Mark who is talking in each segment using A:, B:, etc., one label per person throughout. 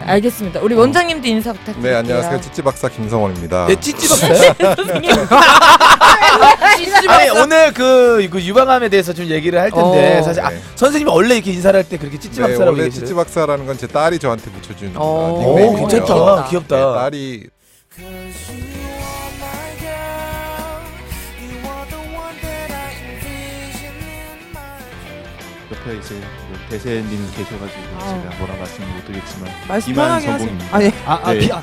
A: 알겠습니다. 우리 원장님도 인사 부탁드릴게요.
B: 네, 안녕하세요. 찌찌 박사 김성원입니다.
C: 네, 찌찌박사요?
D: 아,
C: 아니
D: 네,
C: 오늘 그, 그 유방암에 대해서 좀 얘기를 할 텐데
A: 어.
C: 사실 아,
B: 네.
C: 선생님이 원래 이렇게 인사를 할 때 그렇게
B: 네,
C: 찌찌박사라고
B: 원래
C: 얘기했어요.
B: 찌찌 박사라는 건 제 딸이 저한테 붙여준
A: 어.
B: 어,
C: 오
B: 닉네임이고요.
C: 괜찮다.
A: 귀엽다.
B: 네,
C: 귀엽다.
B: 딸이
E: Cause you are my girl. You are the one that I envision in my
F: 옆에 이제 그 대세님 계셔가지고
A: 아우.
F: 제가 뭐라 말씀을 못 드리겠지만
G: 어. 말씀
F: 비만
G: 편하게 하세요.
F: 전공입니다.
G: 아니, 아, 아,
F: 네.
G: 비, 아,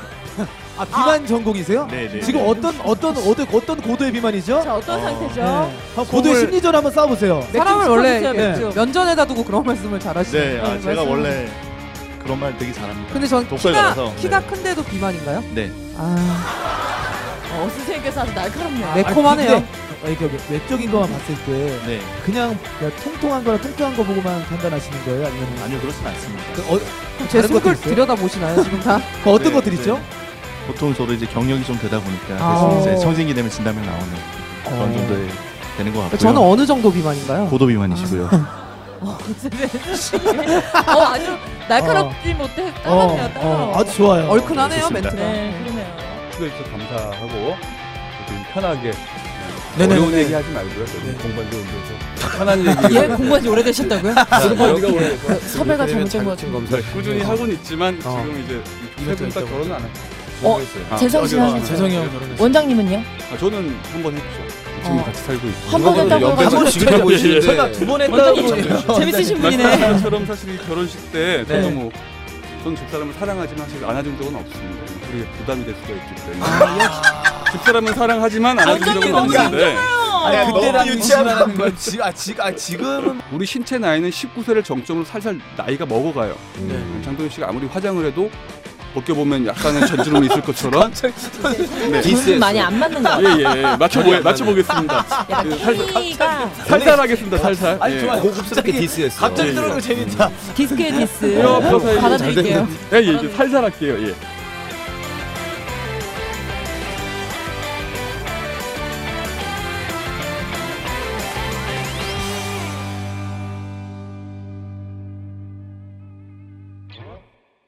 G: 아, 비만 전공이세요?
F: 네네.
G: 지금 어떤 어떤 어떤 어떤 고도의 비만이죠?
D: 자, 어떤 상태죠?
G: 네. 고도의 심리전 한번 싸워보세요.
A: 네,
C: 네.
D: 사람을 원래 맥주.
G: 면전에다 두고 그런 말씀을 잘하시죠.
F: 네, 아,
D: 네,
F: 제가
D: 말씀-
F: 원래 그런 말 되게 잘합니다.
G: 근데 전
F: 독서에
G: 키가
F: 가서,
G: 키가
F: 네.
G: 큰데도 비만인가요?
F: 네,
G: 아,
D: 어, 선생님께서 아주 날카롭네요.
G: 매콤하네요. 아, 이게 외적인 것만 봤을 때
F: 네,
G: 그냥 그냥 통통한 거랑 통통한 거 보고만 판단하시는 거예요? 아니면
F: 아니요 그렇진 않습니다.
G: 그, 어, 제 속을 들여다 보시나요 지금 다? 그 어떤
F: 네,
G: 것들 있죠?
F: 네. 보통 저도 이제 경력이 좀 되다 보니까
G: 아.
F: 그래서 이제 성진기 되면 진단명 나오는 그런
G: 어.
F: 정도에 되는 것 같고요.
G: 저는 어느 정도 비만인가요?
F: 고도 비만이시고요.
A: 어, 아주
D: 어.
A: 날카롭지 못해 따라네요. 따라.
G: 아주
F: 어,
G: 좋아요.
A: 어, 얼큰하네요 멘트가.
D: 네, 그러네요.
H: 수고해주셔서 감사하고 좀 편하게
G: 네네네네.
H: 어려운 얘기 하지 말고요. 공부한 지 오래돼서 네. 편한 얘기
D: 예, 공부한 지 오래되셨다고요?
H: 공부한 지가 오래돼서
D: 섭외가 잘못된 것 같아요.
H: 검사 꾸준히 하고는 있지만
G: 어.
H: 지금 네. 이제 세분 다 결혼은 안 했어요.
A: 어, 재성 씨는
H: 아,
A: 하셨어요?
G: 재성이 형 결혼했어요.
A: 원장님은요?
H: 아, 저는 한 번 했죠. 지금
A: 어.
H: 같이 살고 있고
A: 한번 했다고
H: 아,
C: 한 번은 지금 해
H: 네.
C: 보시는데 제가 두번 했다고.
D: 재밌으신 분이네.
H: 막상처럼 사실 결혼식 때
G: 네.
H: 저도 뭐 저는 집사람을 사랑하지만 사실 안아준 적은 없습니다. 뭐 그게 부담이 될 수가 있기 때문에
C: 아.
H: 집사람은 사랑하지만 안아준 적은 없는데
C: 아니, 그때
F: 너무
C: 유치하다는 건 지, 아, 지, 아, 지금은
H: 우리 신체 나이는 19세를 정점으로 살살 나이가 먹어가요. 음, 장동윤 씨가 아무리 화장을 해도 벗겨보면 약간의 전지름이 있을 것처럼
A: 돈 많이 안 맞는 거 같아요.
H: 예예 맞춰보 맞춰보겠습니다. 예,
A: 약간
H: 살-
A: 키가
H: 네. 살살하겠습니다 살살.
C: 아니
H: 예.
C: 좋아.
F: 고급스럽게 디스했어.
C: 예. 갑자기 들어오는 거 재밌다.
A: 디스크에 디스.
H: 이거 변호사님
A: 받아드릴게요.
H: 예, 예, 이제 살살할게요. 예.